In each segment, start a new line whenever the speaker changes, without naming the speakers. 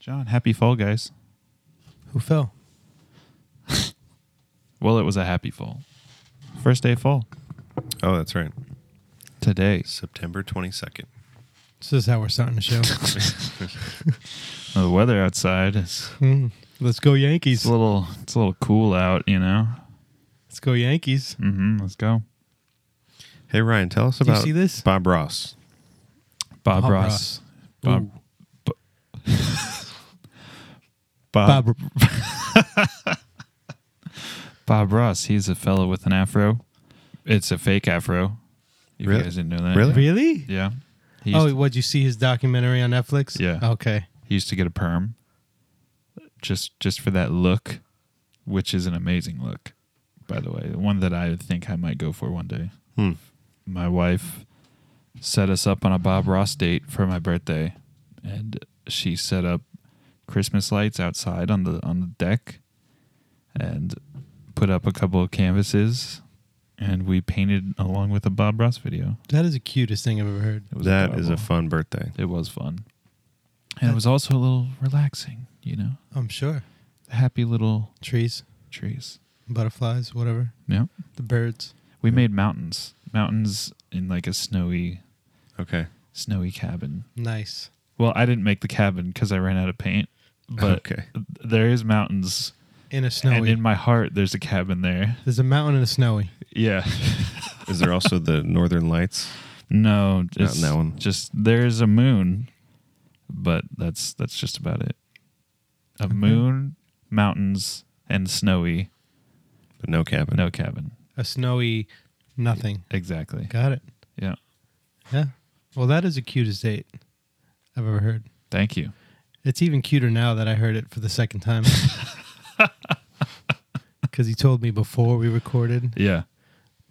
John, happy fall, guys.
Who fell?
Well, it was a happy fall. First day of fall
Oh, that's right.
today.
September 22nd.
This is how we're starting the show.
Now, the weather outside is
Hmm. Let's go
it's
Yankees.
a little it's a little cool out, you know.
Let's go Yankees.
hmm Let's go,
Hey, Ryan, tell us
Do you
about
see this?
Bob Ross.
Bob,
Bob
Ross.
Ross.
Bob.
Ooh.
Bob
Bob.
Bob Ross. He's a fellow with an afro. It's a fake afro. If
Really?
you guys didn't know that,
Really?
Really?
Yeah. He used,
Oh, what you see his documentary on Netflix?
Yeah.
Okay.
he used to get a perm, just just for that look, which is an amazing look, by the way. One that I think I might go for one day.
Hmm.
my wife set us up on a Bob Ross date for my birthday, and she set up Christmas lights outside on the on the deck, and put up a couple of canvases, and we painted along with a Bob Ross video.
That is the cutest thing I've ever heard.
It was
That is a
adorable.
fun birthday.
It was fun, and it was also a little relaxing. You know,
I'm sure.
happy little
Trees,
trees.
butterflies, whatever.
Yeah,
The birds.
we made mountains, mountains in like a snowy,
Okay.
snowy cabin.
Nice.
Well, I didn't make the cabin because I ran out of paint, but
okay.
there is mountains,
In a snowy.
and in my heart, there's a cabin there.
There's a mountain and a snowy.
Yeah,
Is there also the Northern Lights?
no, it's
that one.
Just there's a moon, but that's that's just about it. A moon, mountains, and snowy.
But no cabin.
No cabin.
A snowy nothing.
Exactly.
Got it.
Yeah.
Yeah. Well, that is the cutest date I've ever heard.
Thank you.
It's even cuter now that I heard it for the second time. Because he told me before we recorded
Yeah.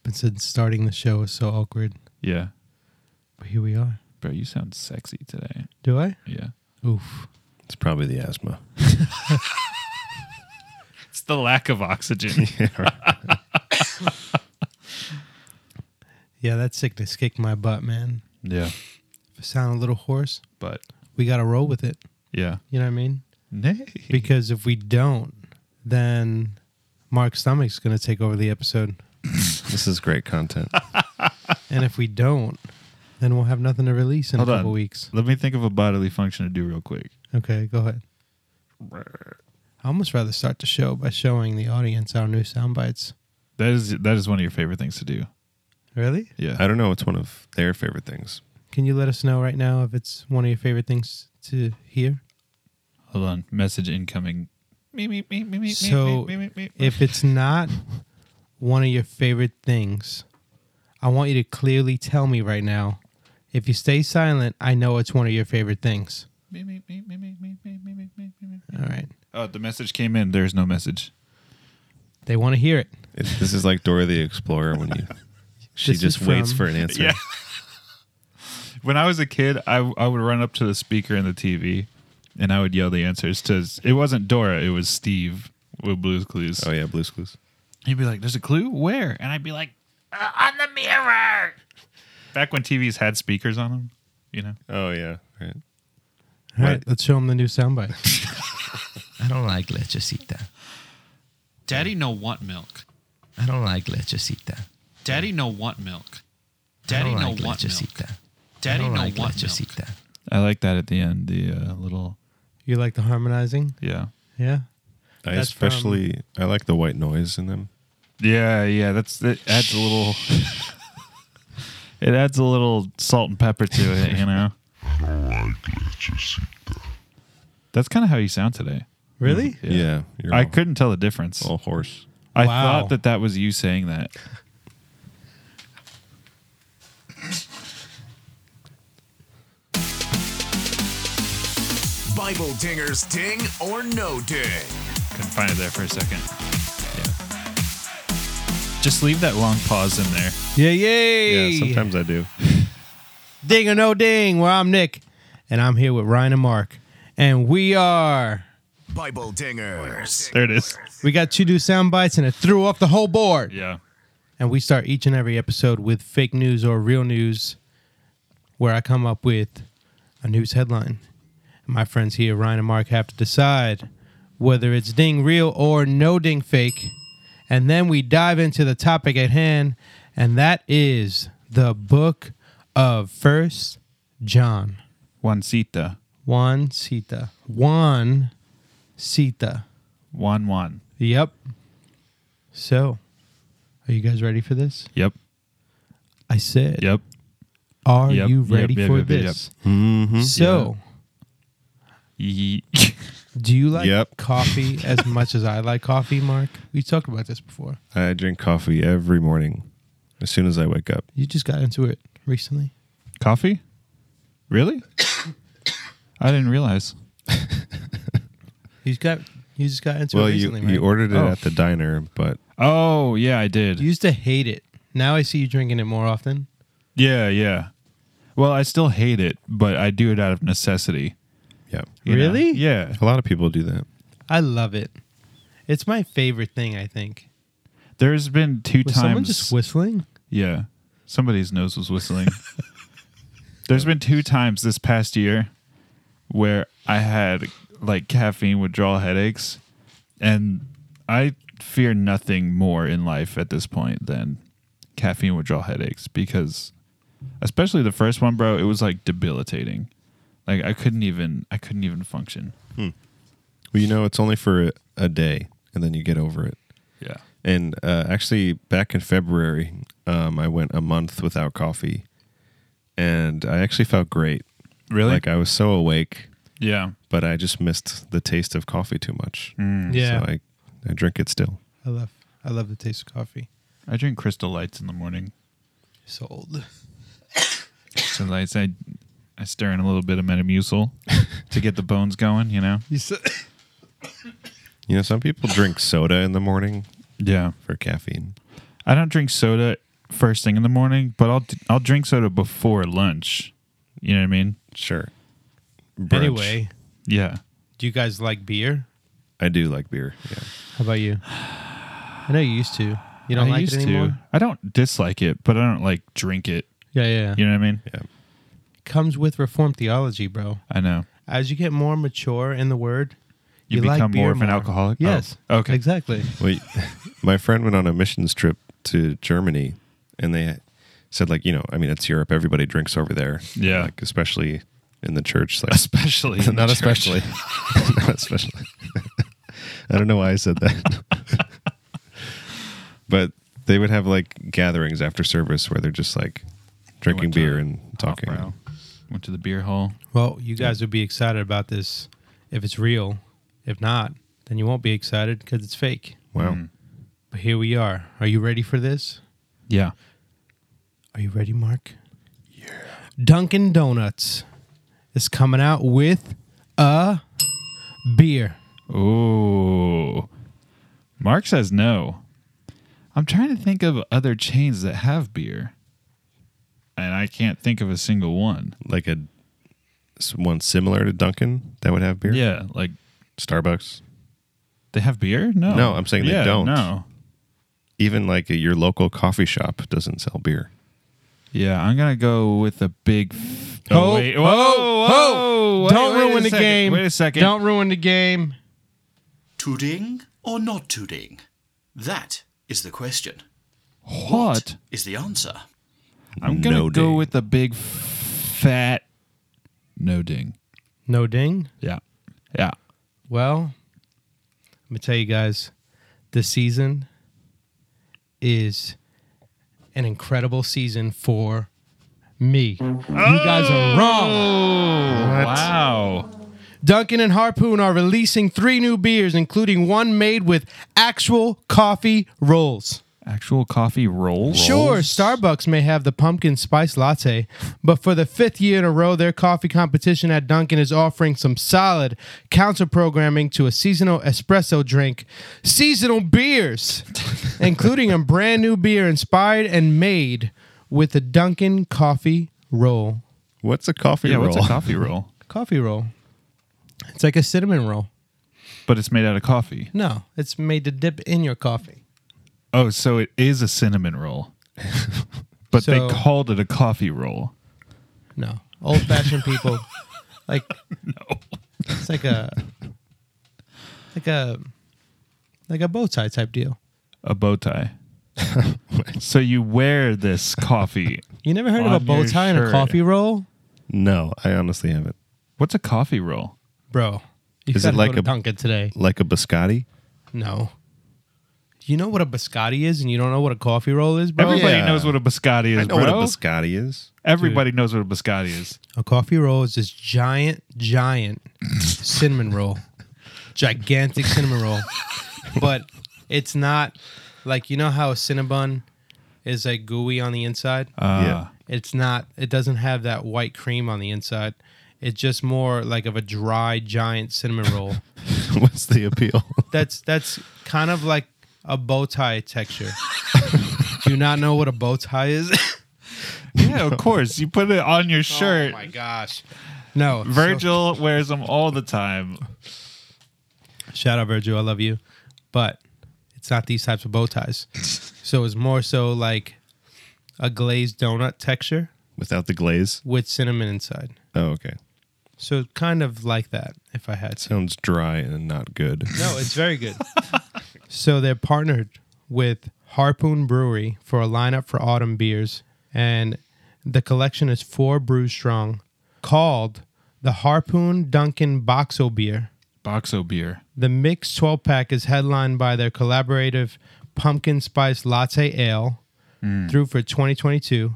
and said starting the show is so awkward.
Yeah.
But here we are.
Bro, you sound sexy today.
Do I?
Yeah.
Oof.
It's probably the asthma.
It's the lack of oxygen.
Yeah, that sickness kicked my butt, man.
yeah.
If I sound a little hoarse,
But
we got to roll with it.
yeah.
You know what I mean?
Nay.
Because if we don't, then Mark Stomach's going to take over the episode.
This is great content.
and if we don't, then we'll have nothing to release in
Hold
a
on.
couple weeks.
Let me think of a bodily function to do real quick.
Okay, go ahead. I almost rather start the show by showing the audience our new sound bites.
That is that is one of your favorite things to do.
Really?
Yeah.
I don't know. It's one of their favorite things.
Can you let us know right now if it's one of your favorite things to hear?
Hold on. Message incoming. Me me me me me.
So,
me, me, me, me.
If it's not one of your favorite things, I want you to clearly tell me right now. If you stay silent, I know it's one of your favorite things.
Me, me, me, me, me, me, me, me, me, me, me.
All right.
Oh, the message came in. There's no message.
They want to hear it.
It, this is like Dora the Explorer when you she
This
just
is
waits
from-
for an answer.
Yeah. When I was a kid, I I would run up to the speaker in the TV, and I would yell the answers to. It wasn't Dora. It was Steve with Blue's Clues.
Oh yeah, Blue's Clues.
He'd be like, "There's a clue where?" And I'd be like, uh, "On the mirror." Back when TVs had speakers on them, you know.
Oh yeah. Right.
All right,
Right.
let's show them the new soundbite.
I don't like lechecita.
Daddy no want milk.
I don't like lechecita.
Daddy no want milk.
I
Daddy
don't
no
like
want milk.
lechecita. I
Daddy
don't
no
like
want milk.
lechecita.
I like that at the end. The uh, little
You like the harmonizing?
yeah.
Yeah.
I
That's
especially I like the white noise in them.
Yeah, yeah, that's it adds a little it adds a little salt and pepper to it, you know. That's kind of how you sound today.
Really?
Yeah. you're
I
all-
couldn't tell the difference.
all hoarse.
I
Wow.
thought that that was you saying that.
Bible dingers ding or no ding.
Couldn't find it there for a second. Yeah. Just leave that long pause in there.
Yeah, yay.
Yeah, sometimes I do.
Ding or no ding, where I'm Nick, and I'm here with Ryan and Mark. And we are.
Bible dingers.
There it is.
We got two new sound bites and it threw off the whole board.
Yeah.
And we start each and every episode with fake news or real news, where I come up with a news headline. My friends here, Ryan and Mark, have to decide whether it's ding real or no ding fake. And then we dive into the topic at hand, and that is the book of First John.
Juancita.
Juan Sita. Juan Sita.
Juan Juan.
Yep. So, are you guys ready for this?
Yep.
I said,
Yep.
Are
Yep,
you
yep,
ready
yep,
for
yep, yep,
this?
Mm-hmm.
So,
Ye-
do you like
Yep.
coffee as much as I like coffee, Mark? We talked about this before.
I drink coffee every morning as soon as I wake up.
You just got into it recently.
Coffee? Really? I didn't realize.
You got you just got into
well,
it
you
recently,
you
right?
ordered it
Oh.
at the diner, but
Oh, yeah, I did.
You used to hate it. Now I see you drinking it more often.
yeah, yeah. Well, I still hate it, but I do it out of necessity.
yeah,
you know?
Really?
Yeah.
a lot of people do that.
I love it. It's my favorite thing, I think.
There's been two
Was someone
times.
just whistling?
yeah. Somebody's nose was whistling. There's been two times this past year where I had like caffeine withdrawal headaches, and I fear nothing more in life at this point than caffeine withdrawal headaches because, especially the first one, bro, it was like debilitating. Like I couldn't even I couldn't even function.
Well, you know, it's only for a, a day, and then you get over it.
Yeah.
And uh, actually, back in February, um, I went a month without coffee, and I actually felt great.
Really?
Like I was so awake,
yeah.
but I just missed the taste of coffee too much.
Mm. Yeah.
Mm, So I, I drink it still.
I love I love the taste of coffee.
I drink Crystal Lights in the morning.
Sold.
Crystal Lights. I I stir in a little bit of Metamucil to get the bones going. You know.
You said
You know, some people drink soda in the morning
Yeah.
for caffeine.
I don't drink soda first thing in the morning, but I'll I'll drink soda before lunch. You know what I mean?
Sure. Brunch.
anyway.
Yeah.
Do you guys like beer?
I do like beer. Yeah.
How about you? I know you used to. You don't
I
like
used
it anymore.
to. I don't dislike it, but I don't like drink it.
Yeah, yeah.
You know what I mean?
Yeah.
Comes with reformed theology, bro.
I know.
As you get more mature in the word,
You
like
become more
beer
of an alcoholic? Oh,
Yes.
okay.
Exactly.
Well, my friend went on a missions trip to Germany, and they said, like, you know, I mean, it's Europe. Everybody drinks over there.
Yeah.
Like, especially in the church. Like,
Especially in the
not
church.
especially. not especially. I don't know why I said that. but they would have like gatherings after service where they're just like drinking
to
beer and talking.
Wow. Went to the beer hall.
Well, you guys would be excited about this if it's real. If not, then you won't be excited because it's fake.
Wow.
Mm.
But here we are. Are you ready for this?
Yeah.
Are you ready, Mark? Yeah. Dunkin' Donuts is coming out with a beer.
Ooh. Mark says no. I'm trying to think of other chains that have beer. And I can't think of a single one.
Like a s- one similar to Dunkin' that would have beer.
Yeah, like
Starbucks.
they have beer? No.
No, I'm saying they
Yeah,
don't.
No.
Even like your local coffee shop doesn't sell beer.
Yeah, I'm gonna go with a big. F-
Oh,
wait. Whoa,
oh,
whoa, wait-
Don't
wait a
ruin the
second.
game.
Wait a second.
Don't ruin the game.
To ding or not to ding? That is the question.
what?
Is the answer?
I'm gonna
No
go
ding.
with a big fat no ding.
No ding.
Yeah, yeah.
Well, let me tell you guys, this season is an incredible season for me. You guys are wrong.
Wow.
Duncan and Harpoon are releasing three new beers, including one made with actual coffee rolls.
Actual coffee rolls.
Sure, Starbucks may have the pumpkin spice latte, but for the fifth year in a row, their coffee competition at Dunkin' is offering some solid counter programming to a seasonal espresso drink, seasonal beers, including a brand new beer inspired and made with the Dunkin' coffee roll.
What's a coffee
Yeah.
roll?
What's a coffee roll?
Coffee roll. It's like a cinnamon roll.
But it's made out of coffee.
No, it's made to dip in your coffee.
Oh, so it is a cinnamon roll. but
So-
they called it a coffee roll.
No, old fashioned people Like no. It's like a like a like a bow tie type deal.
a bow tie. so you wear this coffee.
You never heard
On
of a bow
your
tie and a
shirt.
coffee roll,
No, I honestly haven't.
What's a coffee roll?
bro? You
Is it
gotta
like
go to
a-
Dunkin' today?
Like a biscotti?
No. You know what a biscotti is, and you don't know what a coffee roll is, bro.
Everybody
yeah.
knows what a biscotti is,
I know
bro.
what a biscotti is.
Everybody knows what a biscotti is.
A coffee roll is this giant, giant cinnamon roll, gigantic cinnamon roll, but it's not like you know how a cinnabon is like gooey on the inside.
Uh,
it's not. It doesn't have that white cream on the inside. It's just more like of a dry, giant cinnamon roll.
What's the appeal?
that's that's kind of like a bow tie texture. Do you not know what a bow tie is?
yeah. of course. You put it on your shirt.
Oh my gosh. No. so-
Virgil wears them all the time.
shout out Virgil, I love you. But it's not these types of bow ties. so it's more so like a glazed donut texture
Without the glaze?
with cinnamon inside.
Oh, okay.
So kind of like that if I had to.
Sounds dry and not good.
No, it's very good. so they're partnered with Harpoon Brewery for a lineup for autumn beers, and the collection is four brews strong, called the Harpoon Duncan Boxo Beer.
Boxo beer.
The mixed 12 pack is headlined by their collaborative pumpkin spice latte ale
Hmm.
through for 2022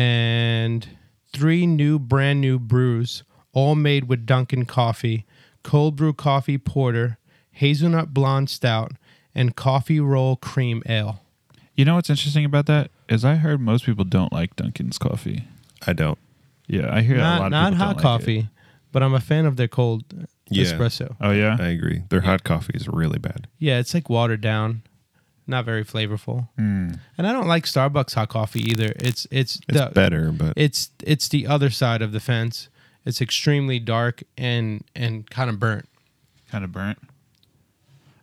and three new brand new brews all made with Dunkin coffee, cold brew coffee porter, hazelnut blonde stout and coffee roll cream ale.
You know what's interesting about that is I heard most people don't like Dunkin's coffee.
I don't.
Yeah, I hear a lot
not
of
not
people
hot
don't like
coffee, but I'm a fan of their cold
Yeah.
espresso.
it. Oh yeah,
I agree. Their hot coffee is really bad.
Yeah, it's like watered down, not very flavorful.
Hmm.
And I don't like Starbucks hot coffee either. It's it's
It's
the,
better, but
It's it's the other side of the fence. It's extremely dark and and kind of burnt.
kind of burnt.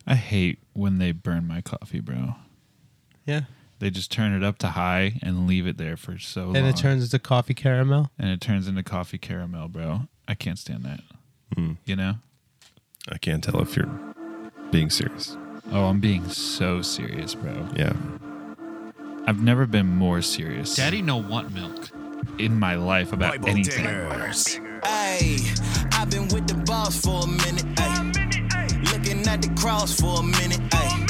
I hate when they burn my coffee, bro.
Yeah,
They just turn it up to high and leave it there for so long,
and it turns into coffee caramel.
and it turns into coffee caramel, bro. I can't stand that. You know?
I can't tell if you're being serious.
Oh, I'm being so serious, bro.
Yeah.
I've never been more serious,
Daddy no want milk.
in my life about
Bible
anything.
Dingers.
Ayy, I've been with the boss for a minute, ayy. Looking at the cross for a minute, ayy.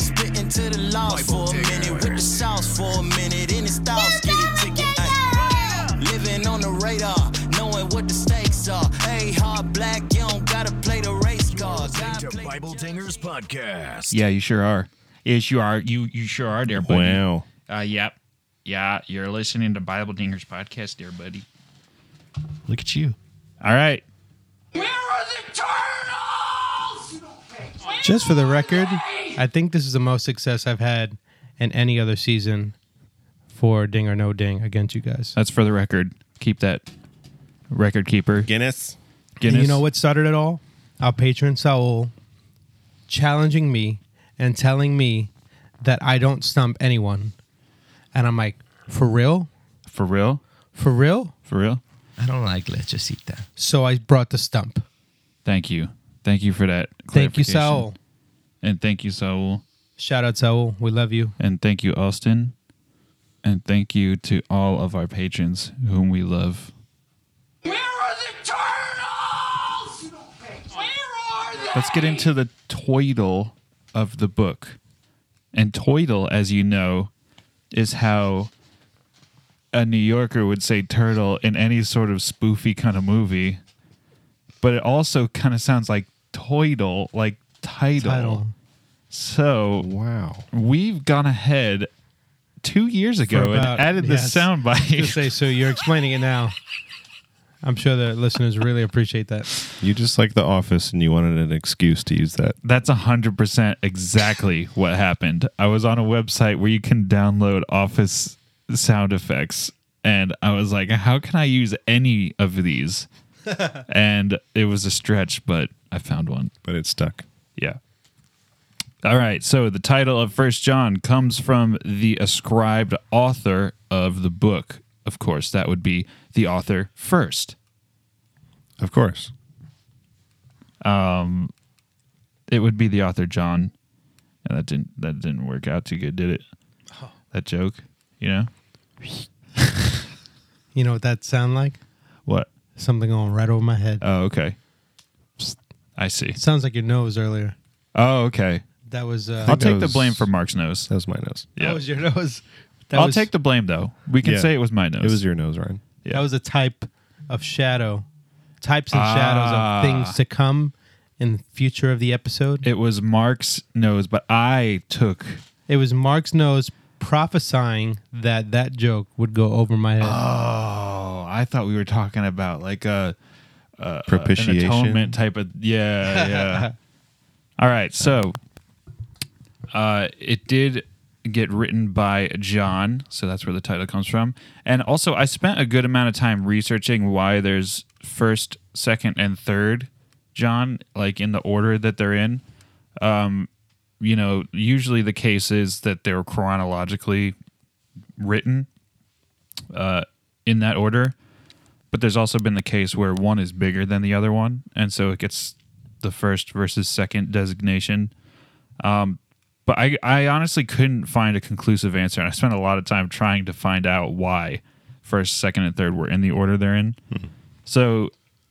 Spitting to the law
Bible
for a minute, with the
diggers.
sauce for a minute, in the styles, get it ticket, ayy. Living on the radar, knowing what the stakes are. Ayy, hard black, you don't gotta play the race cards.
To Bible Dingers Podcast.
Yeah, you sure are. Yes, you are. You you sure are there, buddy.
Wow.
Uh, yep. Yeah, you're listening to Bible Dingers podcast there, buddy.
Look at you.
All right.
Just for the record, I think this is the most success I've had in any other season for Ding or No Ding against you guys.
That's for the record. Keep that record keeper.
Guinness.
Guinness.
And you know what started it all? Our patron Saul challenging me and telling me that I don't stump anyone. And I'm like, for real?
For real?
For real?
For real?
I don't like lechecita.
So I brought the stump.
Thank you. Thank you for that.
Thank you,
clarification.
Saul.
And thank you, Saul.
Shout out Saul. We love you.
And thank you, Austin. And thank you to all of our patrons whom we love. Let's get into the toidle of the book. And toidle, as you know, is how a New Yorker would say turtle in any sort of spoofy kind of movie. But it also kind of sounds like toidle, like title.
Title.
So
Wow.
we've gone ahead two years ago and
about-
added this
yes.
sound
Just
bite.
say so you're explaining it now. I'm sure the listeners really appreciate that.
You just like The Office and you wanted an excuse to use that.
That's 100% exactly what happened. I was on a website where you can download Office sound effects, and I was like, how can I use any of these? and it was a stretch, but I found one.
But it stuck.
Yeah. All right. So the title of First John comes from the ascribed author of the book. Of course, that would be the author first.
Of course.
It would be the author John, and that didn't that didn't work out too good, did it? That joke, you know
You know what that sound like?
what?
Something going right over my head.
Oh, okay. Psst. I see.
Sounds like your nose earlier.
Oh, okay.
That was
I'll
uh,
think that
take the
was-
blame for Mark's nose.
That was my nose.
Yeah.
that was your nose. That
I'll
was,
take the blame though. We can
Yeah.
say it was my nose.
It was your nose, Ryan.
yeah.
That was a type of shadow, types and
Ah.
shadows of things to come in the future of the episode. It,
It was Mark's nose, but I took.
was Mark's nose prophesying that that joke would go over my head.
Ah. Oh, I thought we were talking about like a Uh, an
Propitiation.
atonement type of. Yeah, yeah. All right, so uh, it did get written by John, so that's where the title comes from. And also, I spent a good amount of time researching why there's first, second, and third John, like in the order that they're in. Um, you know, usually the case is that they're chronologically written uh, in that order. But there's also been the case where one is bigger than the other one, and so it gets the first versus second designation. Um, but I, I honestly couldn't find a conclusive answer, and I spent a lot of time trying to find out why first, second, and third were in the order they're in. So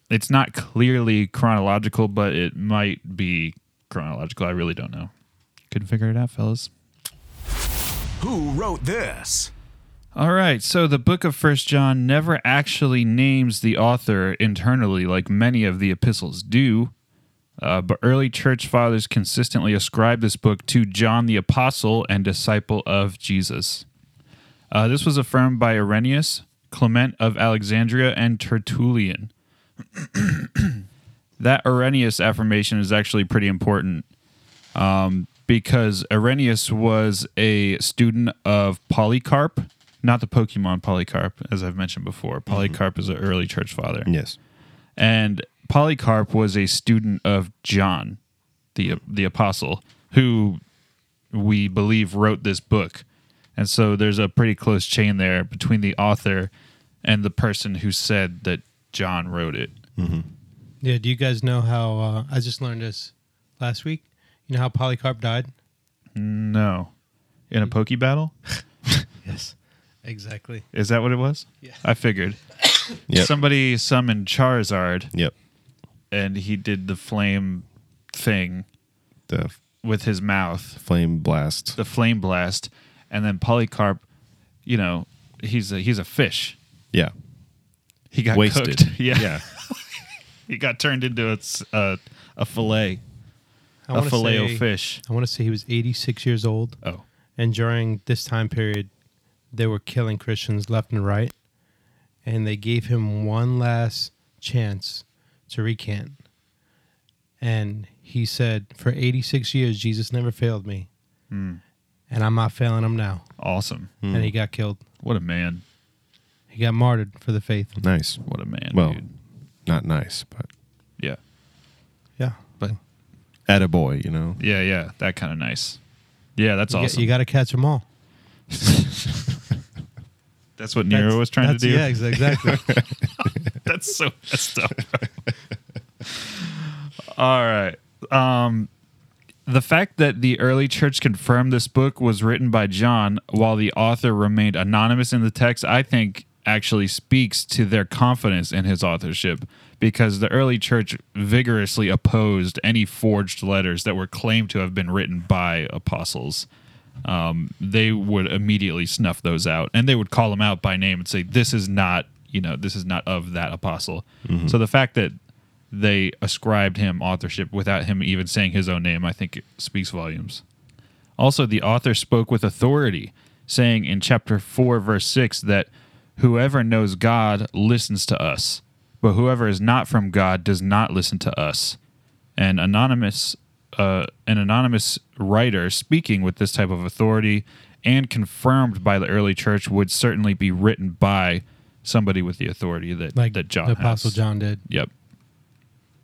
it's not clearly chronological, but it might be chronological. I really don't know. Couldn't figure it out, fellas.
Who wrote this?
All right, so the book of First John never actually names the author internally like many of the epistles do, uh, but early church fathers consistently ascribe this book to John the Apostle and disciple of Jesus. Uh, this was affirmed by Irenaeus, Clement of Alexandria, and Tertullian. that Irenaeus affirmation is actually pretty important um, because Irenaeus was a student of Polycarp, not the Pokemon Polycarp, as I've mentioned before. Polycarp is an early church father.
Yes.
And Polycarp was a student of John, the the apostle, who we believe wrote this book. And so there's a pretty close chain there between the author and the person who said that John wrote it.
Yeah, do you guys know how uh, I just learned this last week? You know how Polycarp died?
No. In a Poke battle?
Yes. Exactly.
Is that what it was? Yeah. I figured.
Yep.
Somebody summoned Charizard
Yep.
and he did the flame thing
The f-
with his mouth,
flame blast.
the flame blast, and then Polycarp, you know, he's a he's a fish.
yeah.
He got
Wasted.
cooked. Yeah. he got turned into a s- a, a fillet,
I
a
wanna
fillet
say-
of fish.
I want to say he was 86 years old.
Oh.
And during this time period, they were killing Christians left and right. And they gave him one last chance to recant. And he said, For 86 years, Jesus never failed me. And I'm not failing him now.
Awesome.
And he got killed.
What a man.
He got martyred for the faith.
Nice.
What a man,
Well,
dude.
not nice, but
Yeah.
Yeah.
But
attaboy, you know?
yeah, yeah, that kind of nice. Yeah, that's
You got-
awesome.
You got to catch them all.
that's what Nero was trying to
That's-
do.
Yeah, ex- exactly.
That's so messed up. All right. Um, the fact that the early church confirmed this book was written by John while the author remained anonymous in the text, I think actually speaks to their confidence in his authorship because the early church vigorously opposed any forged letters that were claimed to have been written by apostles. Um, they would immediately snuff those out and they would call them out by name and say, This is not, you know, this is not of that apostle. So the fact that they ascribed him authorship without him even saying his own name, I think it speaks volumes. Also, the author spoke with authority, saying in chapter 4, verse 6, that whoever knows God listens to us, but whoever is not from God does not listen to us. An anonymous, uh, an anonymous writer speaking with this type of authority and confirmed by the early church would certainly be written by somebody with the authority that,
like
that John
the Apostle
has.
John did.
Yep.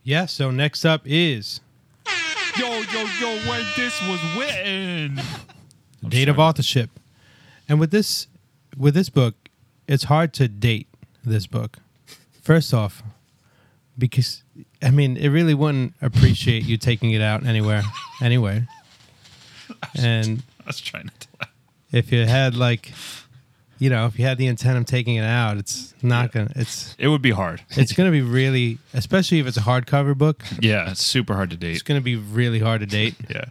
Yeah, so next up is
Yo, yo, yo, when this was written.
date of authorship. And with this with this book, it's hard to date this book. First off, because I mean, it really wouldn't appreciate you taking it out anywhere, anyway. And
I was trying to. Tell.
if you had like, you know, if you had the intent of taking it out, it's not gonna. It's
It would be hard.
it's gonna be really, especially if it's a hardcover book.
Yeah, it's super hard to
It's
date.
gonna be really hard to date.
Yeah.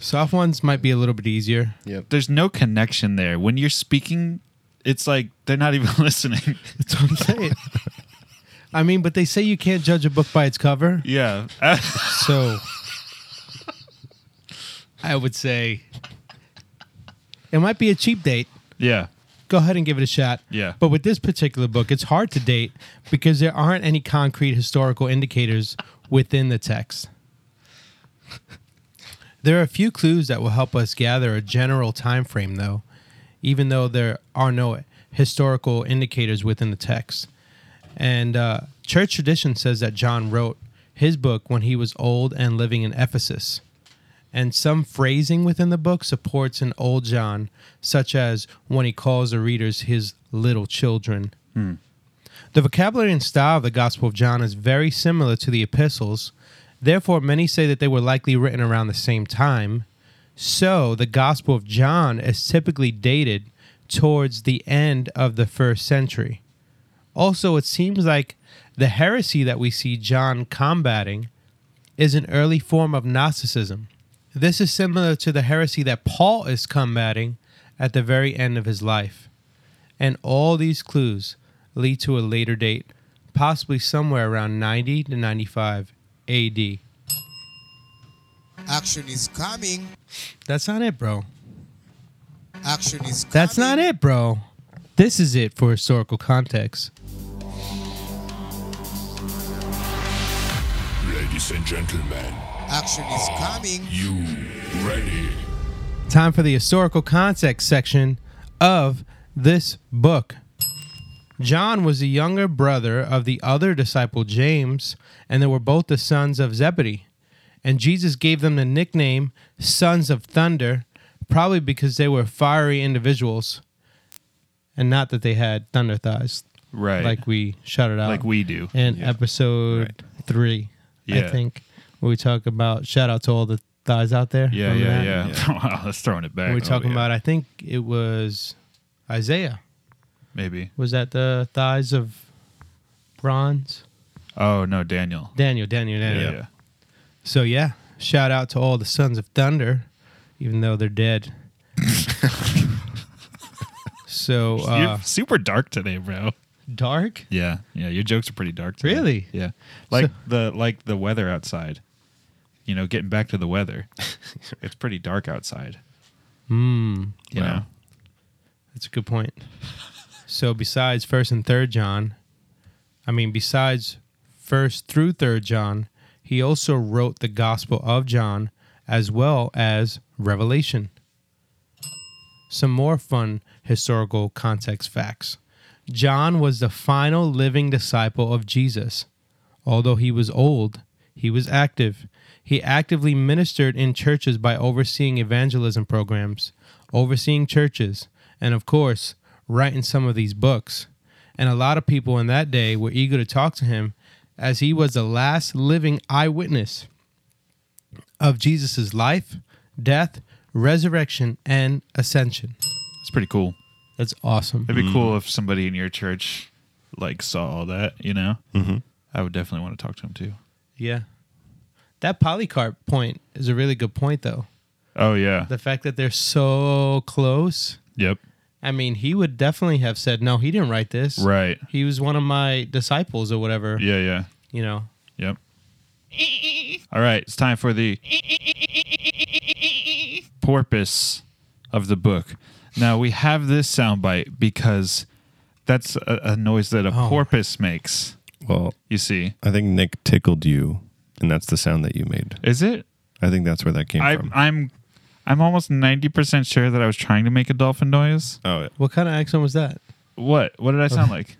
Soft ones might be a little bit easier.
There's no connection there. When you're speaking, it's like they're not even listening.
That's what I'm saying. I mean, but they say you can't judge a book by its cover.
yeah.
So I would say it might be a cheap date.
yeah.
Go ahead and give it a shot.
Yeah.
But with this particular book, it's hard to date because there aren't any concrete historical indicators within the text. There are a few clues that will help us gather a general time frame though, even though there are no historical indicators within the text. And uh, church tradition says that John wrote his book when he was old and living in Ephesus. And some phrasing within the book supports an old John, such as when he calls the readers his little children. The vocabulary and style of the Gospel of John is very similar to the epistles. Therefore, many say that they were likely written around the same time. So, the Gospel of John is typically dated towards the end of the first century. Also, it seems like the heresy that we see John combating is an early form of Gnosticism. This is similar to the heresy that Paul is combating at the very end of his life. And all these clues lead to a later date, possibly somewhere around 90 to 95 AD.
Action is coming.
That's not it, bro.
Action is coming.
That's not it, bro. This is it for historical context.
Ladies and gentlemen,
Action is coming.
you ready?
Time for the historical context section of this book. John was the younger brother of the other disciple James, and they were both the sons of Zebedee. And Jesus gave them the nickname Sons of Thunder, probably because they were fiery individuals and not that they had thunder thighs
Right.
like we shouted out
Like we do.
in episode three, I
Yeah.
think, where we talk about shout out to all the thighs out there.
Yeah,
Remember
yeah,
that?
yeah, wow, that's throwing it back.
We were
Oh,
talking
yeah.
about, I think it was Isaiah.
maybe.
Was that the thighs of bronze?
Oh no, Daniel.
Daniel, Daniel, Daniel.
Yeah.
So, yeah, shout out to all the sons of thunder, even though they're dead. so, uh,
You're super dark today, bro.
dark?
Yeah, yeah. Your jokes are pretty dark. Today.
Really?
Yeah. Like the like the weather outside. You know, getting back to the weather, it's pretty dark outside.
Hmm,
Mm, you know,
That's a good point. So besides first and third John, I mean besides first through third John, he also wrote the Gospel of John as well as Revelation. Some more fun historical context facts. John was the final living disciple of Jesus. Although he was old, he was active. He actively ministered in churches by overseeing evangelism programs, overseeing churches, and of course, writing some of these books. And a lot of people in that day were eager to talk to him as he was the last living eyewitness of Jesus' life, death, resurrection, and ascension.
it's pretty cool.
That's awesome.
It'd be cool if somebody in your church like saw all that. You know, mm-hmm. I would definitely want to talk to him too.
Yeah. That Polycarp point is a really good point, though.
Oh yeah.
The fact that they're so close.
yep.
I mean, he would definitely have said, no, he didn't write this.
Right.
He was one of my disciples or whatever.
Yeah. Yeah.
You know,
Yep. All right, it's time for the porpoise of the book. Now we have this soundbite because that's a, a noise that a
Oh.
porpoise makes.
Well,
You see,
I think Nick tickled you, and that's the sound that you made.
is it?
I think that's where that came
I,
from.
I'm, I'm almost ninety percent sure that I was trying to make a dolphin noise.
oh, it-
what kind of accent was that?
What? What did I sound like?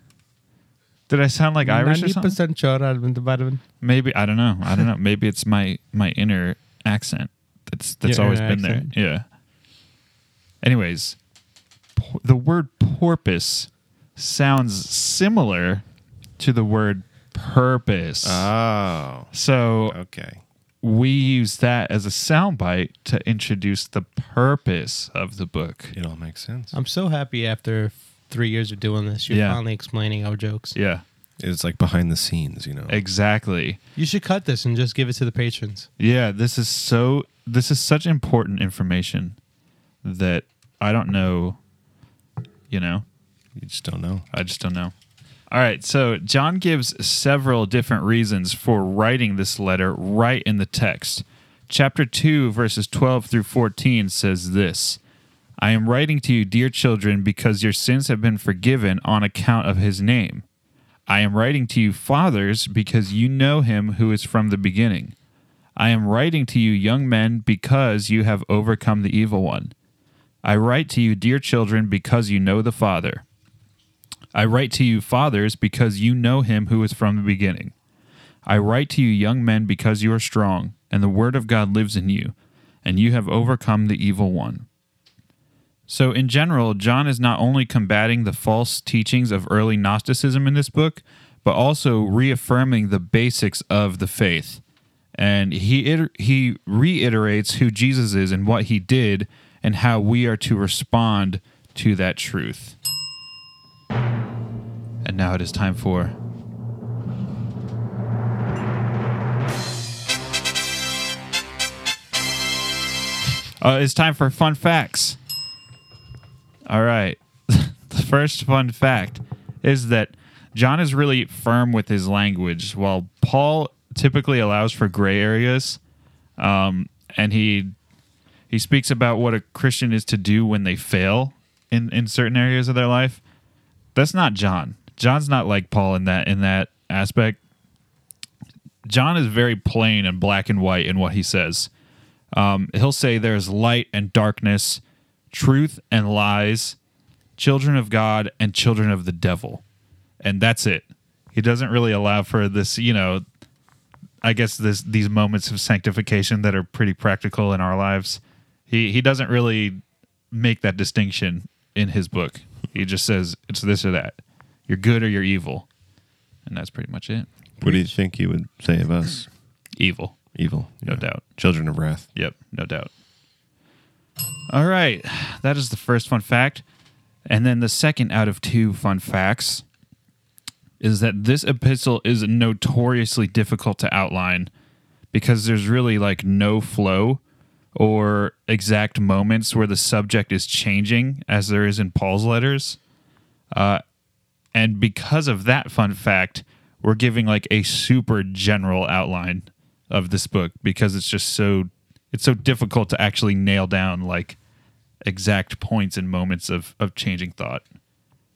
Did I sound like Irish or something?
percent sure I've been to Vitamin.
Maybe I don't know. I don't know. Maybe it's my my inner accent that's that's
Your
always
inner
been
accent.
there. Yeah. Anyways, por- the word porpoise sounds similar to the word purpose.
Ah.
Oh,
so
okay.
we use that as a soundbite to introduce the purpose of the book.
It all makes sense.
I'm so happy after three years of doing this, you're
Yeah.
finally explaining our jokes.
Yeah,
It's like behind the scenes, you know.
exactly.
You should cut this and just give it to the patrons.
Yeah, this is so this is such important information that I don't know, you know.
You just don't know.
I just don't know. All right, so John gives several different reasons for writing this letter right in the text. Chapter 2, verses 12 through 14 says this I am writing to you, dear children, because your sins have been forgiven on account of his name. I am writing to you, fathers, because you know him who is from the beginning. I am writing to you, young men, because you have overcome the evil one. I write to you, dear children, because you know the Father. I write to you, fathers, because you know him who is from the beginning. I write to you, young men, because you are strong, and the word of God lives in you, and you have overcome the evil one. So, in general, John is not only combating the false teachings of early Gnosticism in this book, but also reaffirming the basics of the faith. And he, iter- he reiterates who Jesus is and what he did, and how we are to respond to that truth. And now it is time for. Uh, it's time for fun facts. All right. the first fun fact is that John is really firm with his language, while Paul typically allows for gray areas. Um, and he he speaks about what a Christian is to do when they fail in, in certain areas of their life that's not John. John's not like Paul in that in that aspect. John is very plain and black and white in what he says. Um, he'll say there's light and darkness, truth and lies, children of God and children of the devil, and that's it. He doesn't really allow for this, you know. I guess this these moments of sanctification that are pretty practical in our lives. He he doesn't really make that distinction in his book. He just says it's this or that. You're good or you're evil. And that's pretty much it.
What do you think he would say of us?
Evil.
Evil,
No doubt.
Children of wrath.
Yep, no doubt. All right. That is the first fun fact. And then the second out of two fun facts is that this epistle is notoriously difficult to outline because there's really like no flow or exact moments where the subject is changing as there is in Paul's letters. Uh, and because of that fun fact, we're giving like a super general outline of this book because it's just so it's so difficult to actually nail down like exact points and moments of of changing thought.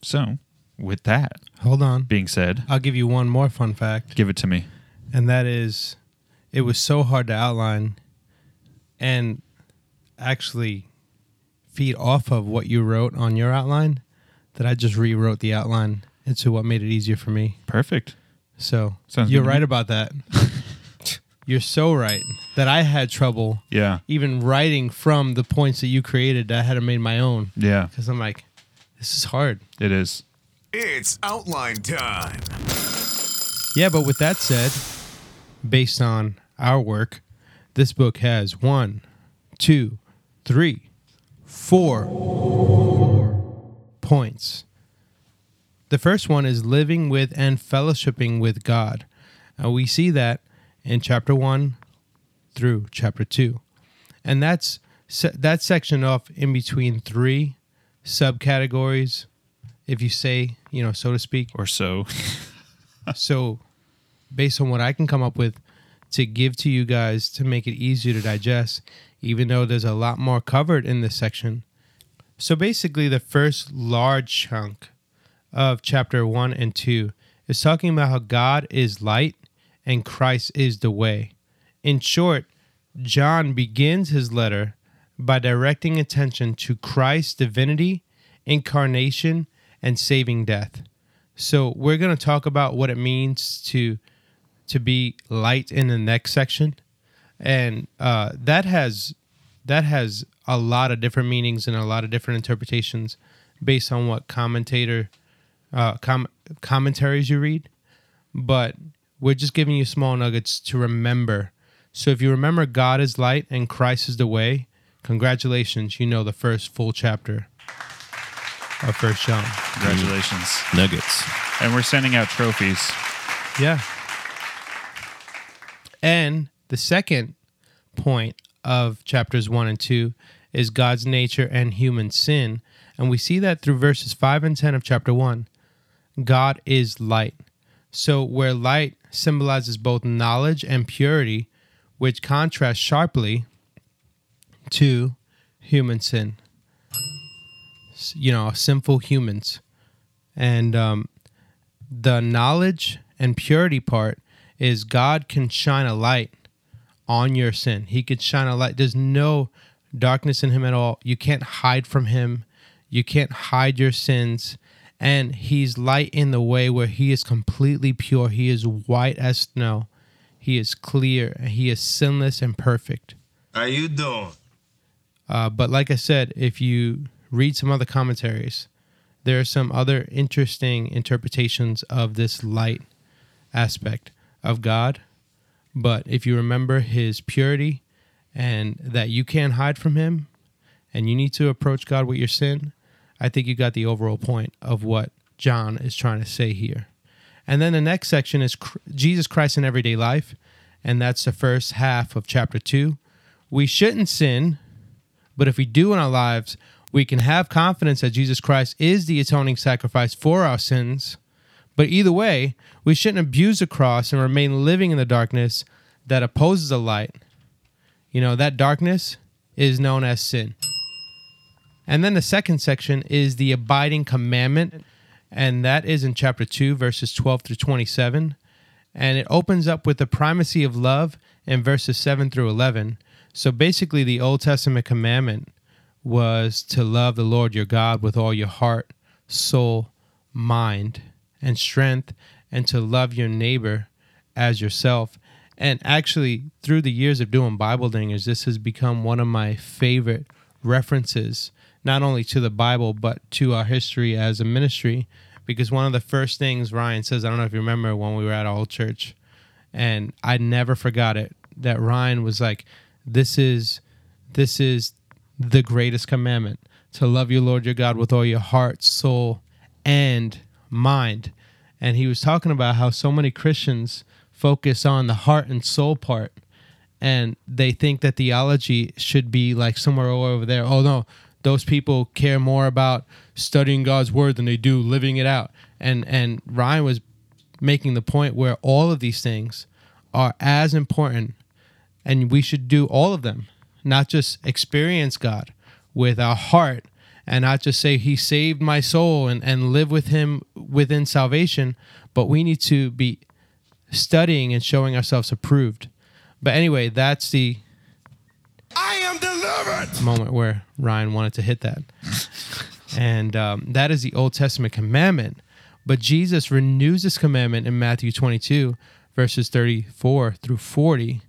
So, with that
Hold on.
being said,
I'll give you one more fun fact,
give it to me.
and that is it was so hard to outline and actually feed off of what you wrote on your outline that I just rewrote the outline into what made it easier for me.
Perfect.
So
Sounds
you're
good to
right
me.
about that. you're so right that I had trouble
Yeah.
even writing from the points that you created that I had to made my own
Yeah,
because I'm like, this is hard.
it is.
It's outline time.
Yeah, but with that said, based on our work, this book has one, two, three, four points. The first one is living with and fellowshipping with God. And we see that in chapter one through chapter two. And that's se- that section off in between three subcategories, if you say, you know, so to speak.
Or so.
So, based on what I can come up with to give to you guys to make it easier to digest, even though there's a lot more covered in this section. So, basically, the first large chunk of chapter one and two is talking about how God is light and Christ is the way. In short, John begins his letter by directing attention to Christ's divinity, incarnation, and saving death. So we're going to talk about what it means to to be light in the next section, and uh, that has that has a lot of different meanings and a lot of different interpretations based on what commentator uh, com- commentaries you read. but we're just giving you small nuggets to remember. So if you remember God is light and Christ is the way, congratulations, you know the first full chapter of First John.
Congratulations.
Nuggets.
And we're sending out trophies.
Yeah. And the second point of chapters one and two is God's nature and human sin. And we see that through verses five and 10 of chapter one. God is light. So, where light symbolizes both knowledge and purity, which contrasts sharply to human sin, S- you know, sinful humans. And um, the knowledge and purity part is God can shine a light on your sin. He could shine a light. There's no darkness in him at all. You can't hide from him. You can't hide your sins. And he's light in the way where he is completely pure. He is white as snow. He is clear. and He is sinless and perfect.
How you doing?
Uh, but like I said, if you read some other commentaries, there are some other interesting interpretations of this light aspect of God. But if you remember his purity and that you can't hide from him and you need to approach God with your sin, I think you got the overall point of what John is trying to say here. And then the next section is Cr- Jesus Christ in everyday life. And that's the first half of chapter two. We shouldn't sin, but if we do in our lives, we can have confidence that Jesus Christ is the atoning sacrifice for our sins. But either way, we shouldn't abuse the cross and remain living in the darkness that opposes the light. You know, that darkness is known as sin. And then the second section is the abiding commandment, and that is in chapter 2, verses 12 through 27. And it opens up with the primacy of love in verses 7 through 11. So basically, the Old Testament commandment was to love the Lord your God with all your heart, soul, mind, and strength, and to love your neighbor as yourself. And actually, through the years of doing Bible dingers, this has become one of my favorite references, not only to the Bible, but to our history as a ministry. Because one of the first things Ryan says, I don't know if you remember when we were at our old church, and I never forgot it, that Ryan was like, This is this is the greatest commandment to love your Lord your God with all your heart, soul, and mind. And he was talking about how so many Christians focus on the heart and soul part and they think that theology should be like somewhere over there. Oh no, those people care more about studying God's word than they do living it out. And and Ryan was making the point where all of these things are as important and we should do all of them, not just experience God with our heart and not just say he saved my soul and, and live with him within salvation, but we need to be studying and showing ourselves approved. But anyway, that's the
I am delivered.
moment where Ryan wanted to hit that. and um, that is the Old Testament commandment. But Jesus renews this commandment in Matthew 22, verses 34 through 40.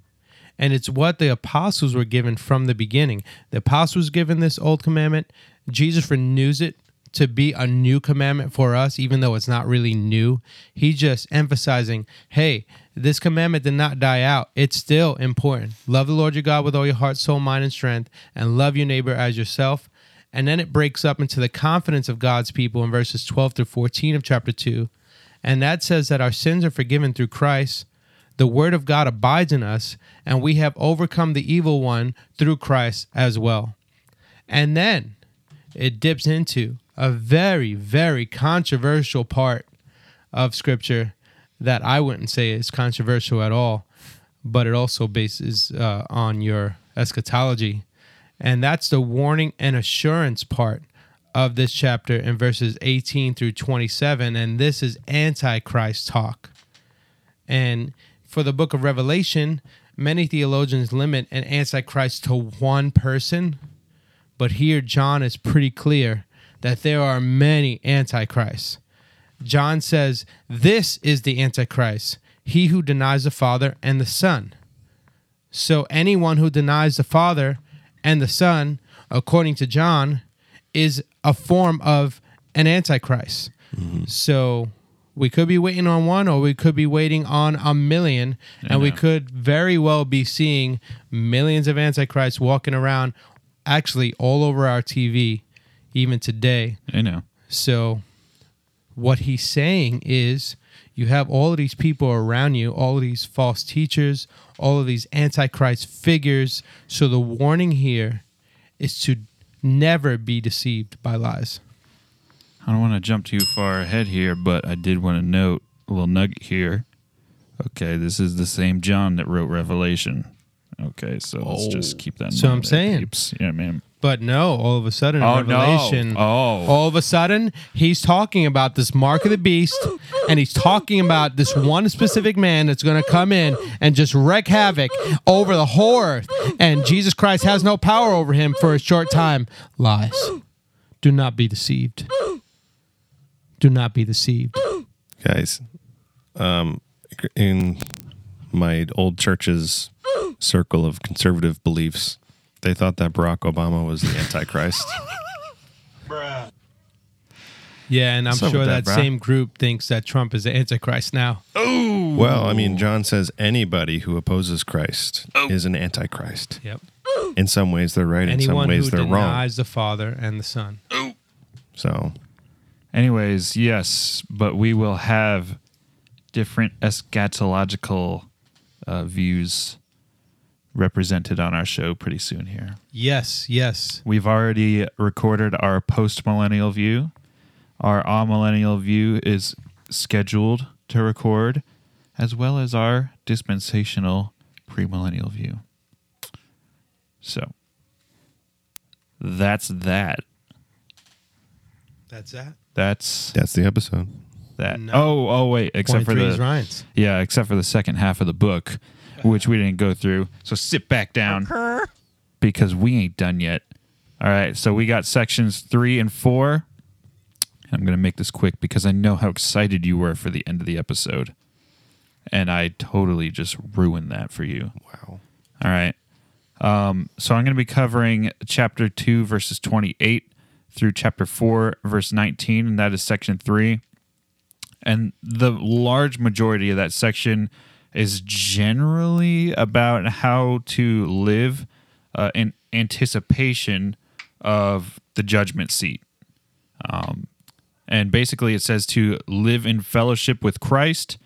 And it's what the apostles were given from the beginning. The apostles given this old commandment. Jesus renews it to be a new commandment for us, even though it's not really new. He just emphasizing, hey, this commandment did not die out. It's still important. Love the Lord your God with all your heart, soul, mind, and strength, and love your neighbor as yourself. And then it breaks up into the confidence of God's people in verses 12 through 14 of chapter 2. And that says that our sins are forgiven through Christ. The word of God abides in us, and we have overcome the evil one through Christ as well. And then it dips into a very, very controversial part of scripture that I wouldn't say is controversial at all, but it also bases uh, on your eschatology. And that's the warning and assurance part of this chapter in verses 18 through 27. And this is Antichrist talk. And for the book of Revelation, many theologians limit an Antichrist to one person, but here John is pretty clear that there are many Antichrists. John says, This is the Antichrist, he who denies the Father and the Son. So anyone who denies the Father and the Son, according to John, is a form of an Antichrist. So We could be waiting on one, or we could be waiting on a million, and we could very well be seeing millions of antichrists walking around, actually all over our TV, even today.
I know.
So, what he's saying is you have all of these people around you, all of these false teachers, all of these antichrist figures. So, the warning here is to never be deceived by lies.
I don't want to jump too far ahead here, but I did want to note a little nugget here. Okay, this is the same John that wrote Revelation. Okay, so let's just keep that. in
Oh, So I'm
mind there,
saying.
peeps. yeah, man.
But no, all of a sudden, in
Oh, no.
Revelation,
Oh.
all of a sudden, he's talking about this mark of the beast, and he's talking about this one specific man that's going to come in and just wreak havoc over the whole earth, and Jesus Christ has no power over him for a short time. Lies. Do not be deceived. Do not be deceived.
guys. Um, in my old church's circle of conservative beliefs, they thought that Barack Obama was the Antichrist.
Yeah, and I'm
What's up
sure
with
that,
that, bro?
same group thinks that Trump is the Antichrist now.
well, I mean, John says anybody who opposes Christ
Oh.
is an Antichrist.
Yep.
In some ways, they're right. In
Anyone
some ways,
who
they're wrong.
denies the Father and the Son.
So,
Anyways, yes, but we will have different eschatological uh, views represented on our show pretty soon here.
Yes, yes.
We've already recorded our post millennial view. Our amillennial view is scheduled to record, as well as our dispensational premillennial view. So that's that.
That's that.
That's
that's the episode.
that. Oh, oh, wait. Except
Point
for
three
the
is Ryan's.
yeah, except for the second half of the book, which we didn't go through. So sit back down because we ain't done yet. All right, so we got sections three and four. I'm gonna make this quick because I know how excited you were for the end of the episode, and I totally just ruined that for you.
Wow.
All right. Um, so I'm going to be covering chapter 2, verses 28 through chapter 4, verse 19, and that is section 3. And the large majority of that section is generally about how to live uh, in anticipation of the judgment seat. Um, And basically, it says to live in fellowship with Christ,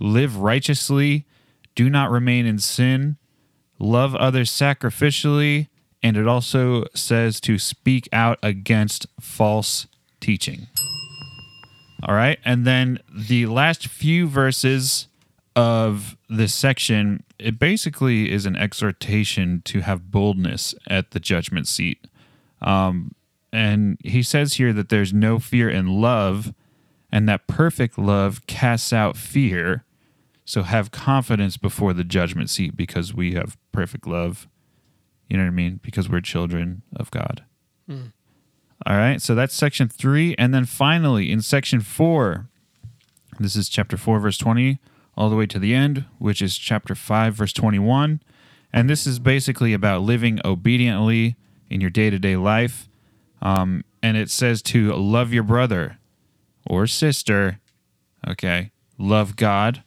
live righteously, do not remain in sin, love others sacrificially, and it also says to speak out against false teaching. All right. And then the last few verses of this section, it basically is an exhortation to have boldness at the judgment seat. Um, And he says here that there's no fear in love, and that perfect love casts out fear. So have confidence before the judgment seat because we have perfect love. You know what I mean? Because we're children of God. All right. So that's section three. And then finally, in section four, this is chapter 4, verse 20, all the way to the end, which is chapter 5, verse 21. And this is basically about living obediently in your day to day life Um, and it says to love your brother or sister. Okay. Love God,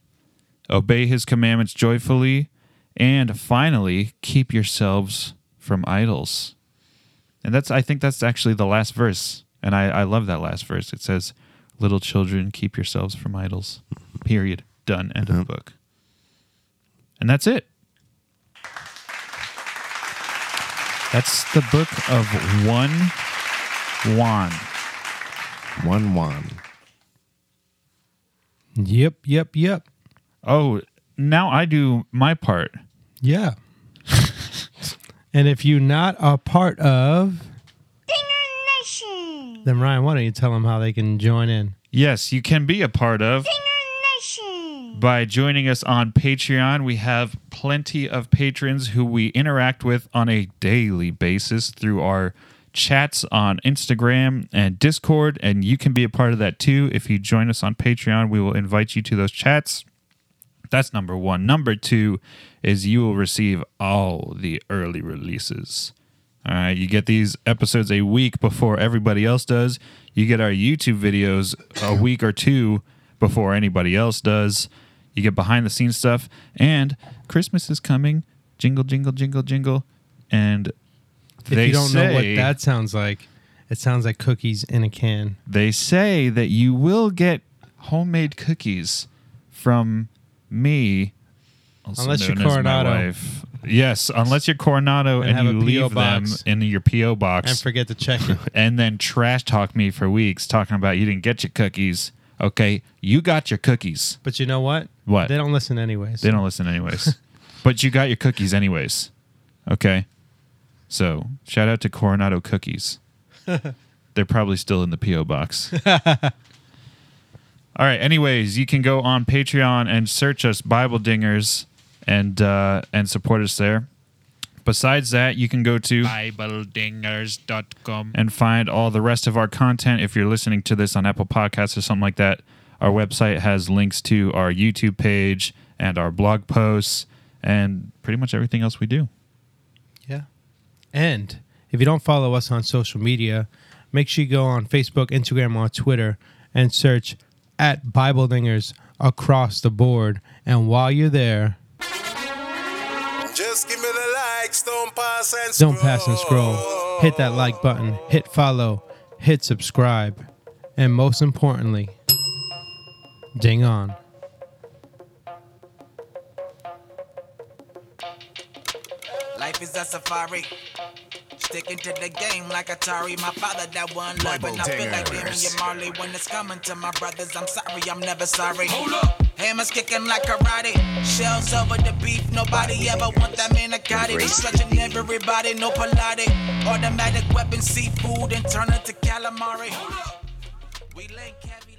obey his commandments joyfully, and finally, keep yourselves from idols. And that's, I think that's actually the last verse. And I, I love that last verse. It says, Little children, keep yourselves from idols. Period. Done. End of the book. And that's it. That's the book of one Juan.
One one.
Yep, yep, yep.
Oh, now I do my part.
Yeah. and if you're not a part of,
Nation.
then Ryan, why don't you tell them how they can join in?
Yes, you can be a part of
Nation.
by joining us on Patreon. We have plenty of patrons who we interact with on a daily basis through our chats on Instagram and Discord, and you can be a part of that too. If you join us on Patreon, we will invite you to those chats. That's number one. Number two is you will receive all the early releases. All right, you get these episodes a week before everybody else does. You get our YouTube videos a week or two before anybody else does. You get behind the scenes stuff, and Christmas is coming. Jingle, jingle, jingle, jingle, and
if
they
you don't know what
say-
that sounds like, it sounds like cookies in a can.
they say that you will get homemade cookies from me. also
Unless you're
known as my
Coronado.
wife. Yes, unless you're Coronado
And
and,
have a
you
P.O.
leave
box.
them in your P.O. box
And forget to check it.
and then trash talk me for weeks talking about you didn't get your cookies. Okay, you got your cookies.
But you know what?
What?
They don't listen anyways.
They don't listen anyways. but you got your cookies anyways. Okay. So, shout out to Coronado Cookies. They're probably still in the P.O. box. All right. Anyways, you can go on Patreon and search us Bible Dingers and uh, and support us there. Besides that, you can go to
BibleDingers.com.
and find all the rest of our content. If you're listening to this on Apple Podcasts or something like that, our website has links to our YouTube page and our blog posts and pretty much everything else we do.
Yeah. And if you don't follow us on social media, make sure you go on Facebook, Instagram, or Twitter and search at Bible Dingers across the board. And while you're there,
Just give me the likes, don't pass and
don't pass and scroll. Hit that like button, hit follow, hit subscribe, and most importantly, ding on.
Life is a safari. Sticking to the game like Atari. My father, that one love, and I feel like Damian Marley. When it's coming to my brothers, I'm sorry, I'm never sorry. Hold up. Hammers kicking like karate. Shells over the beef. Nobody ever want that man a got it. They stretching everybody, no Pilates. Automatic weapon, seafood, and turn it to calamari. Hold up. We link heavy.